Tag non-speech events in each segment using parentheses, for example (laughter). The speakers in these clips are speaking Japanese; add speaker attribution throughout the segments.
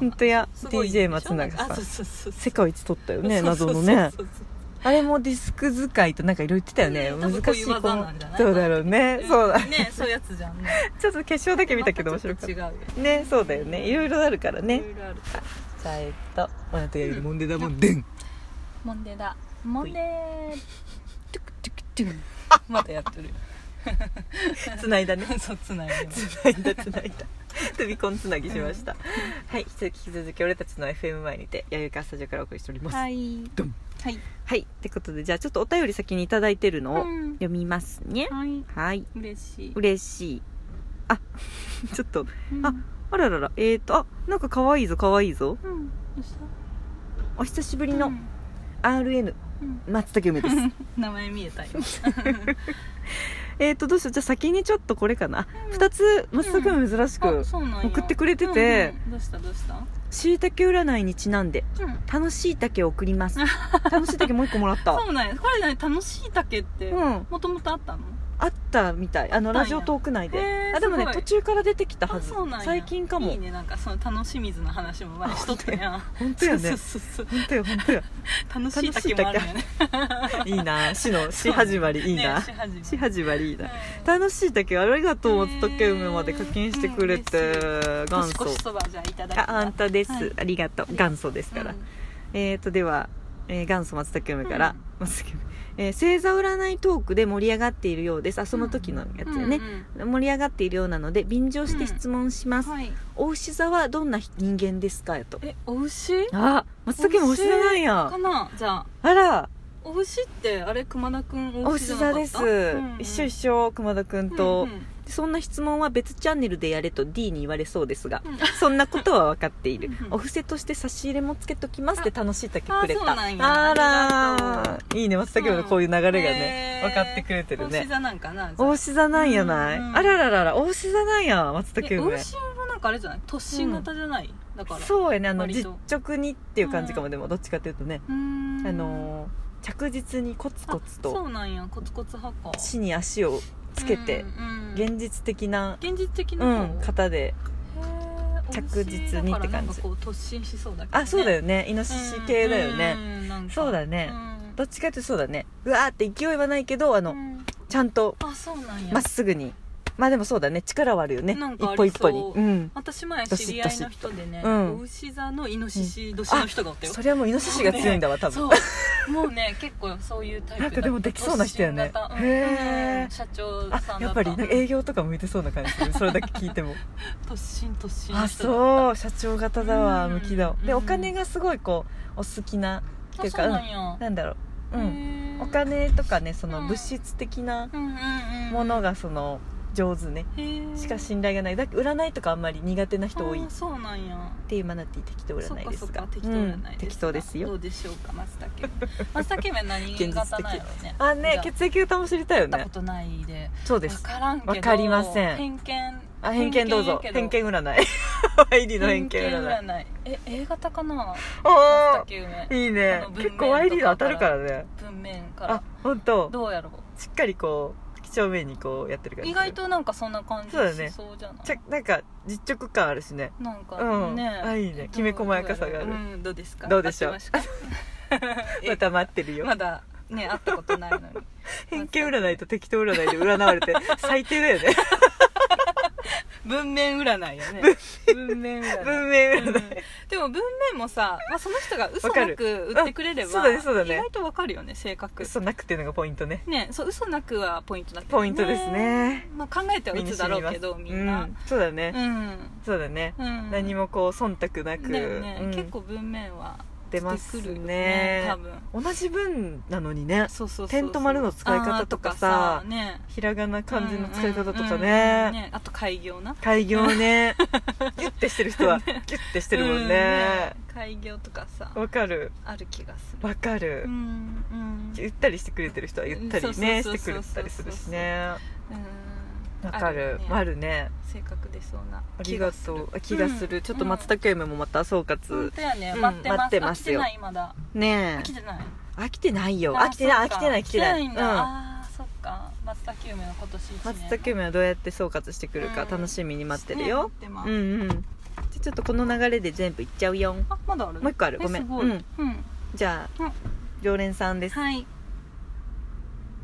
Speaker 1: 本当や
Speaker 2: すごい
Speaker 1: DJ 松永さ
Speaker 2: あそうんそうそう
Speaker 1: 世界一取ったよ
Speaker 2: そう
Speaker 1: ね謎の
Speaker 2: そう
Speaker 1: ね
Speaker 2: そうそう
Speaker 1: あれもディスク使いとなんかいろいろ言ってたよね
Speaker 2: ね多分
Speaker 1: 難しい
Speaker 2: こういう技
Speaker 1: の
Speaker 2: なんじゃない
Speaker 1: そうだろうねそうだ
Speaker 2: ねそういうやつじゃんね
Speaker 1: ちょっと決勝だ (laughs) け見たけど面白かっ
Speaker 2: またちょっと
Speaker 1: たねそうだよねいろいろあるから
Speaker 2: 違うよ
Speaker 1: ね
Speaker 2: いろいろある
Speaker 1: じゃあえっと「あとやるモンデダモンデン
Speaker 2: モンデだモンデートゥクトゥクトゥンあまたやってる」
Speaker 1: (laughs) 繋いだね
Speaker 2: (laughs) そうつないでます
Speaker 1: つないだつないだ (laughs) 飛び込んつなぎしました、はい引き続き俺たちの FM 前にて弥生川スタジオからお送りしておりますはい、
Speaker 2: い
Speaker 1: ドン
Speaker 2: はい
Speaker 1: ってことでじゃあちょっとお便り先に頂いただいてるのを
Speaker 2: うん
Speaker 1: 読みますね、
Speaker 2: はい
Speaker 1: はい
Speaker 2: 嬉しい
Speaker 1: 嬉しいあ (laughs) ちょっと
Speaker 2: うん
Speaker 1: ああらららえーとあなんか可愛いぞ可愛いぞ
Speaker 2: うんどうした
Speaker 1: お久しぶり
Speaker 2: う
Speaker 1: の
Speaker 2: ん
Speaker 1: RN
Speaker 2: うん
Speaker 1: 松竹梅です
Speaker 2: (laughs) 名前見えたよ
Speaker 1: えーとどうしようじゃあ先にちょっとこれかな、
Speaker 2: うん
Speaker 1: 二2つ松竹梅珍しく
Speaker 2: あそうなんや
Speaker 1: 送ってくれてて
Speaker 2: うんうんどうしたどうした
Speaker 1: しいたけ占いにちなんで
Speaker 2: うん
Speaker 1: 楽しいたけを送ります楽しいたけもう一個もらった
Speaker 2: そうなんやこれね楽しいだけって
Speaker 1: うん
Speaker 2: もともとあったの
Speaker 1: あったみたいあの
Speaker 2: あったんや
Speaker 1: ラジオトーク内で
Speaker 2: へー
Speaker 1: あでもね
Speaker 2: すご
Speaker 1: 途
Speaker 2: い
Speaker 1: 中から出てきたはず
Speaker 2: あそうなんや
Speaker 1: 最近かも
Speaker 2: いいねなんかその楽しみずの話も前にしとったやん
Speaker 1: 本当やね
Speaker 2: そうそうそう
Speaker 1: 本当よ本
Speaker 2: (laughs)
Speaker 1: 当よ
Speaker 2: 楽しいだけもあるよね
Speaker 1: いいな死の死始まりいいな、
Speaker 2: ねし始め
Speaker 1: 死始まりいいな
Speaker 2: うん
Speaker 1: 楽しいだけありがとう
Speaker 2: へー
Speaker 1: 松竹梅まで課金してくれて元
Speaker 2: 年
Speaker 1: 祖
Speaker 2: 越しそばじゃあいただき
Speaker 1: ああんたです、
Speaker 2: はい
Speaker 1: ありがとう元祖ですから、えーとでは、えー元祖松竹梅から、松竹梅えー星座占いトークで盛り上がっているようですあその時のやつよね、盛り上がっているようなので便乗して質問します、
Speaker 2: はい
Speaker 1: お牛座はどんな人間ですかやと
Speaker 2: えお牛
Speaker 1: あ松茸もお牛座なんや
Speaker 2: かなじゃあ
Speaker 1: あら
Speaker 2: お牛ってあれ熊田くん
Speaker 1: お
Speaker 2: お
Speaker 1: 牛
Speaker 2: 牛じゃな
Speaker 1: 座
Speaker 2: かっ
Speaker 1: で
Speaker 2: た
Speaker 1: す、一緒一緒熊田君
Speaker 2: うん
Speaker 1: と、
Speaker 2: うんうん
Speaker 1: でそんな質問は別チャンネルでやれと D に言われそうですが、
Speaker 2: うん
Speaker 1: そんなことは分かっている
Speaker 2: うんうん
Speaker 1: お布施として差し入れもつけときますって楽しいだけくれ
Speaker 2: あそう
Speaker 1: た
Speaker 2: なんやあり
Speaker 1: ら
Speaker 2: が
Speaker 1: いいね松茸のこういう流れがね、
Speaker 2: へー
Speaker 1: 分かってくれてる
Speaker 2: お牛
Speaker 1: ね
Speaker 2: 座なんかなじゃあ
Speaker 1: お牛座なんやない、
Speaker 2: うんうん
Speaker 1: あららららお牛座なんや松
Speaker 2: え
Speaker 1: 茸
Speaker 2: お
Speaker 1: 梅
Speaker 2: 牛もなんかあれじゃない突進型じゃないだからう
Speaker 1: そうやねあの
Speaker 2: 割
Speaker 1: 実
Speaker 2: と
Speaker 1: 直にっていう感じかも、でもどっちかというとね、
Speaker 2: ーん
Speaker 1: あのー着実にコツコツ
Speaker 2: あそ
Speaker 1: と
Speaker 2: うなんやコツコツ派か
Speaker 1: 地に足をつけて
Speaker 2: うんうん
Speaker 1: 現実的な、
Speaker 2: 現実的
Speaker 1: う
Speaker 2: な方
Speaker 1: ん、方で
Speaker 2: へー
Speaker 1: 着実にって感じ
Speaker 2: 美味しいだからなんかこう突進しそうだけど、ね、
Speaker 1: あそうだ
Speaker 2: よ
Speaker 1: よねイノシシ系だよね、そうだね
Speaker 2: うん
Speaker 1: どっちかというとそうだねうわーって勢いはないけどあの、
Speaker 2: うん
Speaker 1: ちゃんと
Speaker 2: あそうなんや、
Speaker 1: まっすぐにまあでもそうだね力はあるよね
Speaker 2: なんかあ
Speaker 1: 一
Speaker 2: り
Speaker 1: 歩
Speaker 2: そ
Speaker 1: 一歩
Speaker 2: う
Speaker 1: にうん
Speaker 2: 私前知り合いの人で
Speaker 1: どしどし
Speaker 2: ね、
Speaker 1: うん
Speaker 2: お牛座のイノシシ年の人がおったよ、
Speaker 1: それはもうイノシシが強いんだわ多分
Speaker 2: そうもうね結構そういうタイプだ
Speaker 1: なんかでもできそうな人やね
Speaker 2: 突進型うん
Speaker 1: へー
Speaker 2: 社長
Speaker 1: あ
Speaker 2: さんだった
Speaker 1: やっぱりなんか営業とか向いてそうな感じするそれだけ聞いて
Speaker 2: (laughs)
Speaker 1: も
Speaker 2: 突進突進の
Speaker 1: あ
Speaker 2: 人だった
Speaker 1: そう社長型だわ
Speaker 2: うん
Speaker 1: 向きだわで
Speaker 2: うん
Speaker 1: お金がすごいこうお好きなっていうか
Speaker 2: あそうなんや、
Speaker 1: なんだろううん
Speaker 2: へー
Speaker 1: お金とかねその
Speaker 2: うん
Speaker 1: 物質的な
Speaker 2: うんうんうん
Speaker 1: ものがその上手ね
Speaker 2: へー
Speaker 1: しか信頼がないだけ占いとかあんまり苦手な人多い
Speaker 2: あーそうなんや
Speaker 1: っていうマナティー適当
Speaker 2: そっ
Speaker 1: 占い
Speaker 2: か
Speaker 1: で
Speaker 2: そっ
Speaker 1: すが
Speaker 2: か適当占いですか、
Speaker 1: うん適当です
Speaker 2: ど
Speaker 1: よ
Speaker 2: うでしょうか松茸 (laughs) 松茸め何
Speaker 1: 現実
Speaker 2: 型
Speaker 1: 的
Speaker 2: なんやろうね
Speaker 1: (laughs) あね
Speaker 2: じゃ
Speaker 1: 血液型も知りたいよ
Speaker 2: あ会っ
Speaker 1: ね
Speaker 2: たことないで
Speaker 1: そうで
Speaker 2: わ
Speaker 1: す
Speaker 2: からんけど
Speaker 1: わかりません
Speaker 2: 偏見
Speaker 1: あ偏見どうぞ
Speaker 2: やけ
Speaker 1: 偏見占
Speaker 2: (laughs)
Speaker 1: い入りの偏見占い
Speaker 2: 占いえ A 型かな松
Speaker 1: お
Speaker 2: 茸梅
Speaker 1: おいいね
Speaker 2: あの文面
Speaker 1: 結構ワイリー当たるからね
Speaker 2: 文面か
Speaker 1: あ
Speaker 2: ら
Speaker 1: 本当
Speaker 2: どうやろ
Speaker 1: しっかりこう几帳面にこうやってる
Speaker 2: う
Speaker 1: 感じ
Speaker 2: 意外となんかそんな感じ
Speaker 1: そうだね
Speaker 2: しそうじゃない
Speaker 1: ちゃなんか実直感あるしね
Speaker 2: なんか
Speaker 1: うん
Speaker 2: ね
Speaker 1: あいいね
Speaker 2: どう
Speaker 1: きめ細やかさがある
Speaker 2: どうやろううんどうですか
Speaker 1: どうでしょう
Speaker 2: 合ってますかえ
Speaker 1: また待ってるよ
Speaker 2: まだね会ったことない
Speaker 1: (laughs)
Speaker 2: のに
Speaker 1: 偏見占いと適当占いで占われて最低だよ
Speaker 2: (laughs)
Speaker 1: ね
Speaker 2: 文面占いよね文面占い
Speaker 1: 文明
Speaker 2: うん
Speaker 1: 占い
Speaker 2: でも文面もさ、まあ、その人が嘘
Speaker 1: わか
Speaker 2: な
Speaker 1: る
Speaker 2: く売ってくれれば
Speaker 1: うんそうだねそうだね
Speaker 2: 意外とわかるよね性格
Speaker 1: 嘘なくっていうのがポイントね
Speaker 2: ねそう嘘なくはポイントだけど
Speaker 1: ポイントですね
Speaker 2: まあ、考えては打つだろうけどみん
Speaker 1: う
Speaker 2: な
Speaker 1: そうだ
Speaker 2: う
Speaker 1: ね
Speaker 2: ん、
Speaker 1: そうだね
Speaker 2: うん
Speaker 1: 何もこう忖度なく
Speaker 2: だよね、
Speaker 1: うん
Speaker 2: 結構文面は
Speaker 1: 出ます
Speaker 2: てくるよ
Speaker 1: ね
Speaker 2: 多分
Speaker 1: 同じ文なのにね
Speaker 2: そうそうそう
Speaker 1: 点と丸の使い方とかさ
Speaker 2: あーとかね
Speaker 1: ひらがな漢字の使い方とか
Speaker 2: うんうんうん
Speaker 1: ね
Speaker 2: ねあと開業な
Speaker 1: 開業ねギュッてしてる人
Speaker 2: (laughs)
Speaker 1: はギュッてしてるも
Speaker 2: うんん
Speaker 1: ね
Speaker 2: 開業とかさ
Speaker 1: わかる
Speaker 2: ある気がする
Speaker 1: わか
Speaker 2: う
Speaker 1: る
Speaker 2: んうん
Speaker 1: ゆったりしてくれてる人はゆった
Speaker 2: う
Speaker 1: り
Speaker 2: んそうそう
Speaker 1: ね
Speaker 2: そ
Speaker 1: し
Speaker 2: う
Speaker 1: てくれたりするしね
Speaker 2: うん
Speaker 1: わか
Speaker 2: よ
Speaker 1: る
Speaker 2: ね
Speaker 1: あるね
Speaker 2: 性格出そうな
Speaker 1: ありがとうあ気がするちょっと松
Speaker 2: 田
Speaker 1: 茸夢もまた総括
Speaker 2: 本当やね
Speaker 1: うん
Speaker 2: 待ってます,、
Speaker 1: 待ってますよ
Speaker 2: 飽きてないまだ
Speaker 1: ね
Speaker 2: 飽き
Speaker 1: え
Speaker 2: てない
Speaker 1: 飽きてないよ
Speaker 2: あ
Speaker 1: 飽きてない
Speaker 2: そ
Speaker 1: 飽
Speaker 2: っ
Speaker 1: き
Speaker 2: か
Speaker 1: てない飽きてない
Speaker 2: ん
Speaker 1: う
Speaker 2: だ、
Speaker 1: ん
Speaker 2: あーそっか松田久美の今年一年
Speaker 1: 松茸梅はどうやって総括してくるか
Speaker 2: うん
Speaker 1: 楽しみに待ってる
Speaker 2: ね
Speaker 1: よ
Speaker 2: 待ってま
Speaker 1: う
Speaker 2: す
Speaker 1: んうんちょっちょっとこの流れで全部いっちゃうよん
Speaker 2: あまだある
Speaker 1: もう一個ある
Speaker 2: え
Speaker 1: ごめん
Speaker 2: すごい、
Speaker 1: うんじゃあ、
Speaker 2: うん
Speaker 1: 常連さんです、
Speaker 2: はい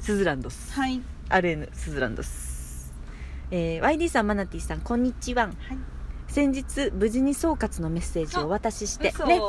Speaker 1: スズランドス
Speaker 2: はい
Speaker 1: RN スズランドス、えー、YD さんマナティさんこんにちは
Speaker 2: はい
Speaker 1: 先日無事に総括のメッセージをお渡しして
Speaker 2: 嘘
Speaker 1: ね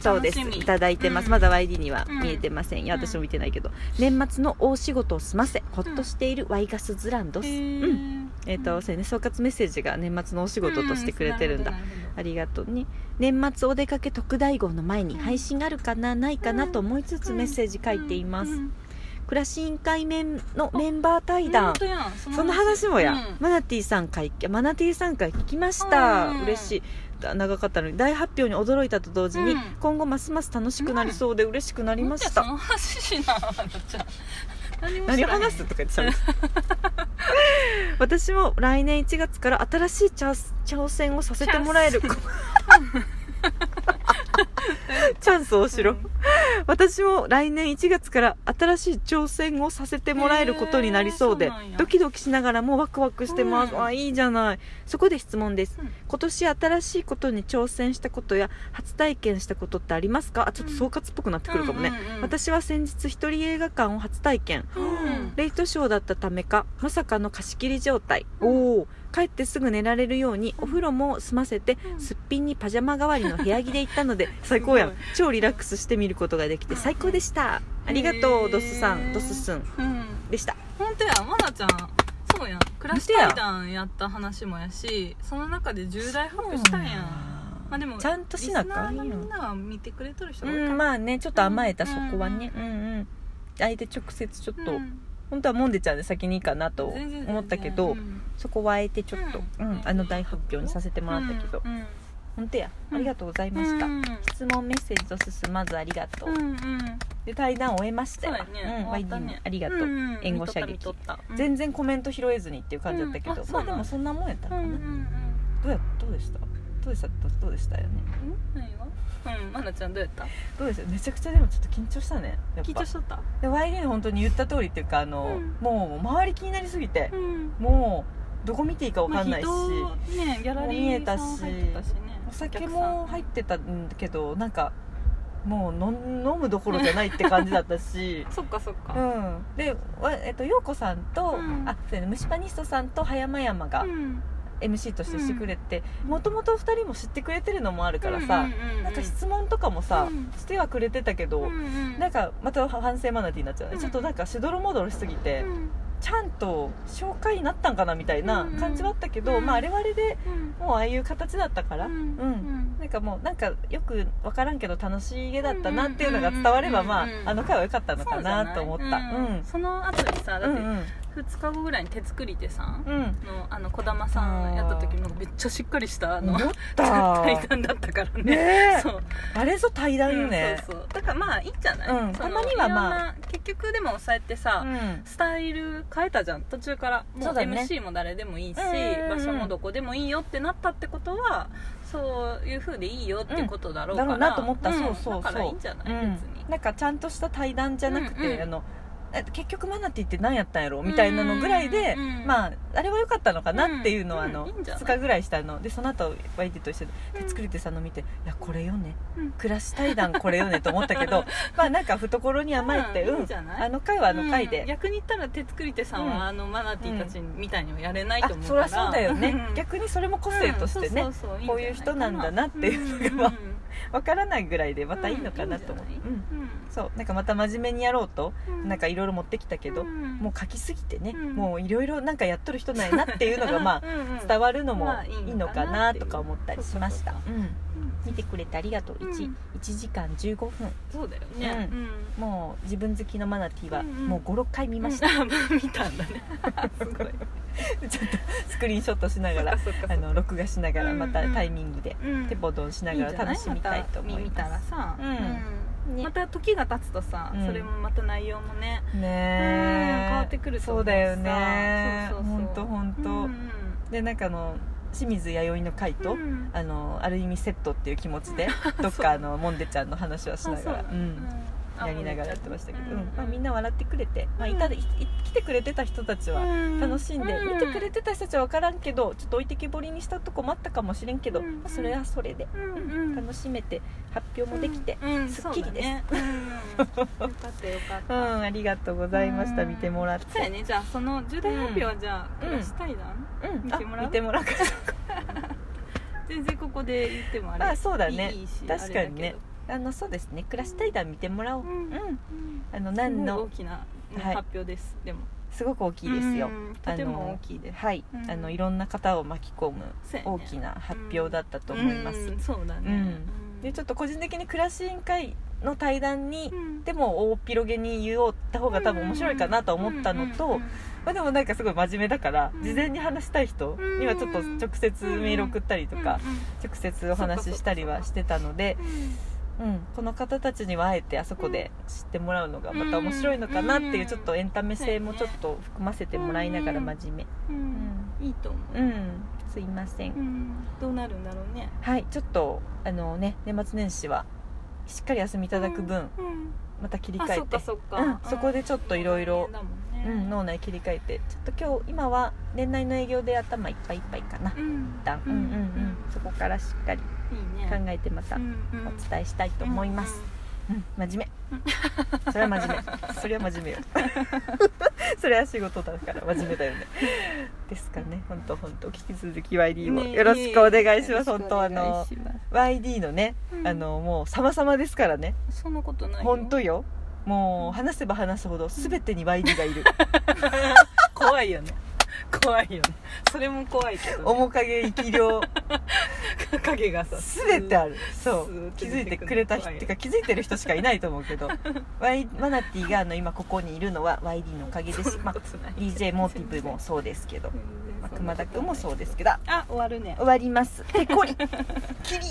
Speaker 1: そうです
Speaker 2: 楽しみ
Speaker 1: いただいてます、
Speaker 2: うん
Speaker 1: まだ YD には
Speaker 2: うん
Speaker 1: 見えてませんよ、
Speaker 2: うん
Speaker 1: 私も見てないけど年末の大仕事を済ませほっとしているワイガスズランドス、うんえっ、と、そうやね総括メッセージが年末のお仕
Speaker 2: 仕
Speaker 1: 事としてくれてるんだ、ありがとうね年末お出かけ特大号の前に配信あるかな、ないかなと思いつつメッセージ書いています、暮らし委員会面のメンバー対談その話もや、マナティーさん会マナティーさん会聞きました、
Speaker 2: うん
Speaker 1: 嬉しいだ長かったのに大発表に驚いたと同時に、
Speaker 2: うん
Speaker 1: 今後ますます楽しくなりそうで嬉しくな
Speaker 2: あ
Speaker 1: りました、
Speaker 2: その話しなあなちゃん何も知ら
Speaker 1: 何を話すとか言ってた (laughs) 私も来年1月から新しい挑挑戦をさせてもらえる
Speaker 2: チャン
Speaker 1: (laughs) チャンスをしろ、
Speaker 2: うん
Speaker 1: 私も来年1月から新しい挑戦をさせてもらえることになりそう
Speaker 2: へ
Speaker 1: で
Speaker 2: ーそうなんや
Speaker 1: ドキドキしながらもワクワクしてます、
Speaker 2: うん
Speaker 1: あいいじゃないそこで質問です、
Speaker 2: うん
Speaker 1: 今年新しいことに挑戦したことや初体験したことってありますかあちょっと総括っぽくなってくるかもね、
Speaker 2: うんうんうん
Speaker 1: 私は先日一人映画館を初体験、
Speaker 2: うん
Speaker 1: レイトショーだったためかまさかの貸し切り状態、
Speaker 2: うん
Speaker 1: おお帰ってすぐ寝られるようにお風呂も済ませて、
Speaker 2: うん
Speaker 1: すっぴんにパジャマ代わりの部屋着で行った
Speaker 2: (laughs)
Speaker 1: ので最高やん
Speaker 2: す
Speaker 1: 超リラックスして見ることができて
Speaker 2: うん
Speaker 1: 最高でした、ありがと
Speaker 2: へ
Speaker 1: う
Speaker 2: ー
Speaker 1: ドスさんドススン
Speaker 2: うん
Speaker 1: でした
Speaker 2: 本当やまなちゃんそうやん暮らし対談やった話もやしその中で重大発表したんやんまあでも
Speaker 1: ちゃんとしなあかん
Speaker 2: リスナ
Speaker 1: よ
Speaker 2: ーのみんなは見てくれとる人
Speaker 1: う
Speaker 2: 多いから
Speaker 1: んまあねちょっと甘えた、
Speaker 2: うん
Speaker 1: そこはねうんうん相手直接ちょっと、
Speaker 2: うん
Speaker 1: 本当はもんでちゃんで先にいいかなと
Speaker 2: 全然全然
Speaker 1: 思ったけど、
Speaker 2: うん
Speaker 1: そこはあえてちょっと、う
Speaker 2: うんん
Speaker 1: あの大発表にさせてもらったけど、
Speaker 2: うんうん
Speaker 1: 本当や
Speaker 2: う
Speaker 1: あ
Speaker 2: ん
Speaker 1: りがとうございました、
Speaker 2: うん
Speaker 1: 質問メッセージと進まずありがとう、
Speaker 2: うんうん
Speaker 1: で対談を終えましたよ、
Speaker 2: そうやね
Speaker 1: うん、
Speaker 2: 終わった
Speaker 1: YD
Speaker 2: ね
Speaker 1: にありがとう、
Speaker 2: うん
Speaker 1: 援護射撃
Speaker 2: 見とった見とったうん
Speaker 1: 全然コメント拾えずにっていう感じだったけど、
Speaker 2: うんあ
Speaker 1: ま
Speaker 2: そ
Speaker 1: あ
Speaker 2: うなん
Speaker 1: でもそんなもんやったの
Speaker 2: うん
Speaker 1: か
Speaker 2: うん
Speaker 1: な、
Speaker 2: うん
Speaker 1: どうやどうでしたどうでしたどどうでしたよね
Speaker 2: ん何がうんまなちゃんどうやった
Speaker 1: どうでしためちゃくちゃでもちょっと緊張したねやっぱ
Speaker 2: 緊張しとった
Speaker 1: で YD の本当に言った通りっていうかあの、
Speaker 2: うん
Speaker 1: もう周り気になりすぎて
Speaker 2: う、ん
Speaker 1: もうどこ見ていいかわかんないし、
Speaker 2: まあ人ねギャラリ
Speaker 1: 見え
Speaker 2: ー
Speaker 1: た
Speaker 2: さ
Speaker 1: し
Speaker 2: ん入ってたしね
Speaker 1: お酒
Speaker 2: 客さん
Speaker 1: も入ってたんだけどなんかもう飲ん飲むどころじゃないって感じだった
Speaker 2: (laughs)
Speaker 1: し
Speaker 2: そっかそっ
Speaker 1: う
Speaker 2: か
Speaker 1: んで、わえっと、陽子さんと、
Speaker 2: うん
Speaker 1: あそうやね虫パニストさんと葉山山が
Speaker 2: うん
Speaker 1: MC としてしてくれてもともと2人も知ってくれてるのもあるからさ、なんか質問とかもさ、
Speaker 2: うん
Speaker 1: してはくれてたけど、
Speaker 2: うんうん
Speaker 1: なんかまた反省マナティーになっちゃうね、
Speaker 2: うん
Speaker 1: ちょっとなんかしどろもどろしすぎ
Speaker 2: う
Speaker 1: て、
Speaker 2: ん
Speaker 1: ちゃんと紹介になったんかなみたいな感じはあったけど、
Speaker 2: うん
Speaker 1: まあ、あれはあれで
Speaker 2: うん
Speaker 1: もうああいう形だったから、
Speaker 2: うん
Speaker 1: なんかもうなんかよく分からんけど楽しげだったなっていうのが伝われば
Speaker 2: うんうんうん
Speaker 1: ま
Speaker 2: うん
Speaker 1: ああの回は良かったの
Speaker 2: そ
Speaker 1: か
Speaker 2: うじゃ
Speaker 1: な
Speaker 2: ない
Speaker 1: と思った
Speaker 2: うんその後にさだ
Speaker 1: う
Speaker 2: っ
Speaker 1: ん
Speaker 2: て
Speaker 1: うん
Speaker 2: 2日後ぐらいに手作り手さん
Speaker 1: うん
Speaker 2: のあの児玉さんやった時もめっちゃしっかりしたあ
Speaker 1: 思
Speaker 2: の
Speaker 1: っ
Speaker 2: (laughs)
Speaker 1: た
Speaker 2: 対談だったからね
Speaker 1: ねえ
Speaker 2: そう
Speaker 1: あれぞ対談よね
Speaker 2: うんそうそうだからまあいいんじゃない、
Speaker 1: うん
Speaker 2: その
Speaker 1: たまにはまあ
Speaker 2: いろんな結局でもそうやってさ、
Speaker 1: うん
Speaker 2: スタイル変えたじゃん途中からも
Speaker 1: そう
Speaker 2: う
Speaker 1: だね
Speaker 2: MC も誰でもいいし、
Speaker 1: うんうんうん
Speaker 2: 場所もどこでもいいよってなったってことはそういう風でいいよってことだろうか
Speaker 1: だ
Speaker 2: ら、
Speaker 1: ろうなと思った
Speaker 2: ん
Speaker 1: そうそうそう
Speaker 2: だからいいんじゃない、
Speaker 1: うん
Speaker 2: 別に
Speaker 1: なんかちゃんとした対談じゃなく
Speaker 2: うんう
Speaker 1: て
Speaker 2: ん
Speaker 1: あのえ結局マナティって何やったんやろみたいなのぐらいで
Speaker 2: うんうん
Speaker 1: まああれは良かったのかなっていうのはあ
Speaker 2: うん
Speaker 1: の
Speaker 2: うんいいんじゃない
Speaker 1: 2日ぐらいしたのでその後ワイディと一緒で
Speaker 2: うん
Speaker 1: 手作り手さんの見ていやこれよね
Speaker 2: うん
Speaker 1: 暮らし対談これよねと思ったけど (laughs) まあなんか懐に甘えて
Speaker 2: うん
Speaker 1: う
Speaker 2: いい
Speaker 1: ん
Speaker 2: んじゃない
Speaker 1: あの回はあの回
Speaker 2: うん
Speaker 1: で
Speaker 2: 逆に言ったら手作り手さんは、
Speaker 1: うん
Speaker 2: あのマナティーたちみたいにはやれない
Speaker 1: あ
Speaker 2: と思う
Speaker 1: そ
Speaker 2: か
Speaker 1: り
Speaker 2: ら、
Speaker 1: ゃそうだよね
Speaker 2: うん
Speaker 1: 逆にそれも個性としてね
Speaker 2: うんそそそ
Speaker 1: こういう人なんだなっていうのが
Speaker 2: んじゃない
Speaker 1: わからないぐらいでまたいいのかなと思って
Speaker 2: うんいいんじ
Speaker 1: うん
Speaker 2: かなうん
Speaker 1: そうなんかまた真面目にやろうと
Speaker 2: うん
Speaker 1: なんかいろいろ持ってきたけど
Speaker 2: ん
Speaker 1: もう書きすぎてね
Speaker 2: うん
Speaker 1: もういろいろなんかやっとる人なんやなっていう
Speaker 2: (laughs)
Speaker 1: のがまあ伝
Speaker 2: わ
Speaker 1: わるのも
Speaker 2: まあいいの
Speaker 1: いのか
Speaker 2: かない
Speaker 1: なとか思ったりしました
Speaker 2: そう
Speaker 1: うん見てくれてありがとう
Speaker 2: うん
Speaker 1: 1時間15分
Speaker 2: そうだよね、
Speaker 1: うもう自分好きのマナティは
Speaker 2: うんうん
Speaker 1: もう56回見
Speaker 2: 見
Speaker 1: ま
Speaker 2: ま
Speaker 1: し
Speaker 2: したた、うんあ見たんだね (laughs) すごい
Speaker 1: (laughs) ちょっとスクリーンショットしなが
Speaker 2: そっ
Speaker 1: ら
Speaker 2: かそっか
Speaker 1: あの録画しながら
Speaker 2: うん
Speaker 1: またタイミングで
Speaker 2: うん
Speaker 1: テポドンしながら楽しみたいと思い
Speaker 2: んじ
Speaker 1: ま
Speaker 2: ゃなまた見たら
Speaker 1: す
Speaker 2: さ、
Speaker 1: うん
Speaker 2: うん
Speaker 1: ね
Speaker 2: また時が経つとさ、
Speaker 1: うん
Speaker 2: それもまた内容もね、
Speaker 1: ね
Speaker 2: うん変わって
Speaker 1: え
Speaker 2: くると
Speaker 1: そ
Speaker 2: 思
Speaker 1: う
Speaker 2: うしさ
Speaker 1: だよね
Speaker 2: そうそうそう
Speaker 1: 本当本
Speaker 2: うんう
Speaker 1: 当
Speaker 2: ん
Speaker 1: でなんかあの清水弥生の回と
Speaker 2: うん
Speaker 1: あ
Speaker 2: (laughs)
Speaker 1: のある意味セットっていう気持ちでどっかあのモンデちゃんの話はしながら
Speaker 2: あそう
Speaker 1: う
Speaker 2: だね
Speaker 1: ん
Speaker 2: うんあ
Speaker 1: やりながらやってましたけど、
Speaker 2: うん
Speaker 1: うんまあ、みんな笑ってくれて、まあ、いたいい来てくれてた人たちは楽しんで、見てくれてた人たちは分からんけどちょっと置いてきぼりにしたとこもあったかもしれんけど、
Speaker 2: うん
Speaker 1: まあ、それはそれで
Speaker 2: うんうん
Speaker 1: 楽しめて発表もできて、
Speaker 2: うん
Speaker 1: すっきりです
Speaker 2: そうだねうんよかったよかっ
Speaker 1: (laughs) うん
Speaker 2: た
Speaker 1: ありがとうございました、
Speaker 2: うん
Speaker 1: 見てもらって
Speaker 2: そうやねじゃあその重大発表はじゃあ
Speaker 1: うん
Speaker 2: クラス対談
Speaker 1: うん
Speaker 2: 見てもらう
Speaker 1: あ見てもらうか
Speaker 2: 全然ここで言ってもあれ
Speaker 1: あそうだね
Speaker 2: いいし
Speaker 1: 確かに
Speaker 2: あれだ
Speaker 1: ね
Speaker 2: けど
Speaker 1: あのそうですね暮らし対談見てもらおう、
Speaker 2: う
Speaker 1: うんんあの何
Speaker 2: すごい
Speaker 1: の
Speaker 2: 大きなね
Speaker 1: はい
Speaker 2: 発表ですでも
Speaker 1: すごく大きいですよ、
Speaker 2: うんとても大きいです
Speaker 1: はい、
Speaker 2: うん
Speaker 1: あのいろんな方を巻き込む
Speaker 2: そうやね
Speaker 1: 大きな発表だったと思います、
Speaker 2: うんそうだ
Speaker 1: う
Speaker 2: ね
Speaker 1: んでちょっと個人的に暮らし委員会の対談に、
Speaker 2: うん
Speaker 1: でも大広げに言おうった方が多分面白いかなと思ったのと、
Speaker 2: うんうんうん
Speaker 1: まあ、でもなんかすごい真面目だから、
Speaker 2: うん
Speaker 1: 事前に話したい人にはちょっと直接メール送ったりとか、直接お話ししたりはしてたので
Speaker 2: う、んうんうん
Speaker 1: うん、この方たちにはあえてあそこで知ってもらうのがまた面白いのかなっていううんちょっとエンタメ性もちょっと含ませてもらいながら真面目
Speaker 2: うんいいと思う、
Speaker 1: うんすいません、
Speaker 2: うんどうなるんだろうね
Speaker 1: はいちょっとあのね年末年始はしっかり休みいただく分、
Speaker 2: うんうん
Speaker 1: また切り
Speaker 2: あ
Speaker 1: 替え
Speaker 2: そっか
Speaker 1: て
Speaker 2: そっか、
Speaker 1: うんそこでちょっといろいろ
Speaker 2: 大変だもん
Speaker 1: う
Speaker 2: ね
Speaker 1: ん、脳内切り替えてちょっと今日今は年内の営業で頭いっぱいいっぱいかな、
Speaker 2: うん
Speaker 1: 一旦うんうんうん、そこからしっかり
Speaker 2: いいね
Speaker 1: 考えてまた
Speaker 2: う
Speaker 1: お
Speaker 2: んうん
Speaker 1: 伝えしたいと思います、うん、真面目それは真面 (laughs) 目それは真面目よそれは仕事だから真面目だよねですかね本当本当引き続き
Speaker 2: うん
Speaker 1: YD
Speaker 2: うん
Speaker 1: も
Speaker 2: ね
Speaker 1: よろしくお願いします、
Speaker 2: よろ
Speaker 1: 本
Speaker 2: く
Speaker 1: 当
Speaker 2: お
Speaker 1: あ
Speaker 2: 願い
Speaker 1: の
Speaker 2: します
Speaker 1: YD のね、
Speaker 2: うん
Speaker 1: あのもう様々ですからね
Speaker 2: そんなことないよ
Speaker 1: 本当よもう話せば話すほど全てに YD がい (laughs) る
Speaker 2: 怖いよね怖いよねそれも怖いけど、ね、
Speaker 1: 面影生き量
Speaker 2: 影がさ
Speaker 1: 全てあるそ
Speaker 2: スーッ
Speaker 1: う
Speaker 2: て
Speaker 1: 気づいてくれた人っ
Speaker 2: 出
Speaker 1: て
Speaker 2: て
Speaker 1: い
Speaker 2: く
Speaker 1: うか気づいてる人しかいないと思う (laughs) けど Y マナティがあの今ここにいるのは YD のおかげです、まあ、DJ モーティブもそうですけど、まあ、熊田君もそうですすけどあ
Speaker 2: あ終わるね
Speaker 1: 終わりますペコリキリ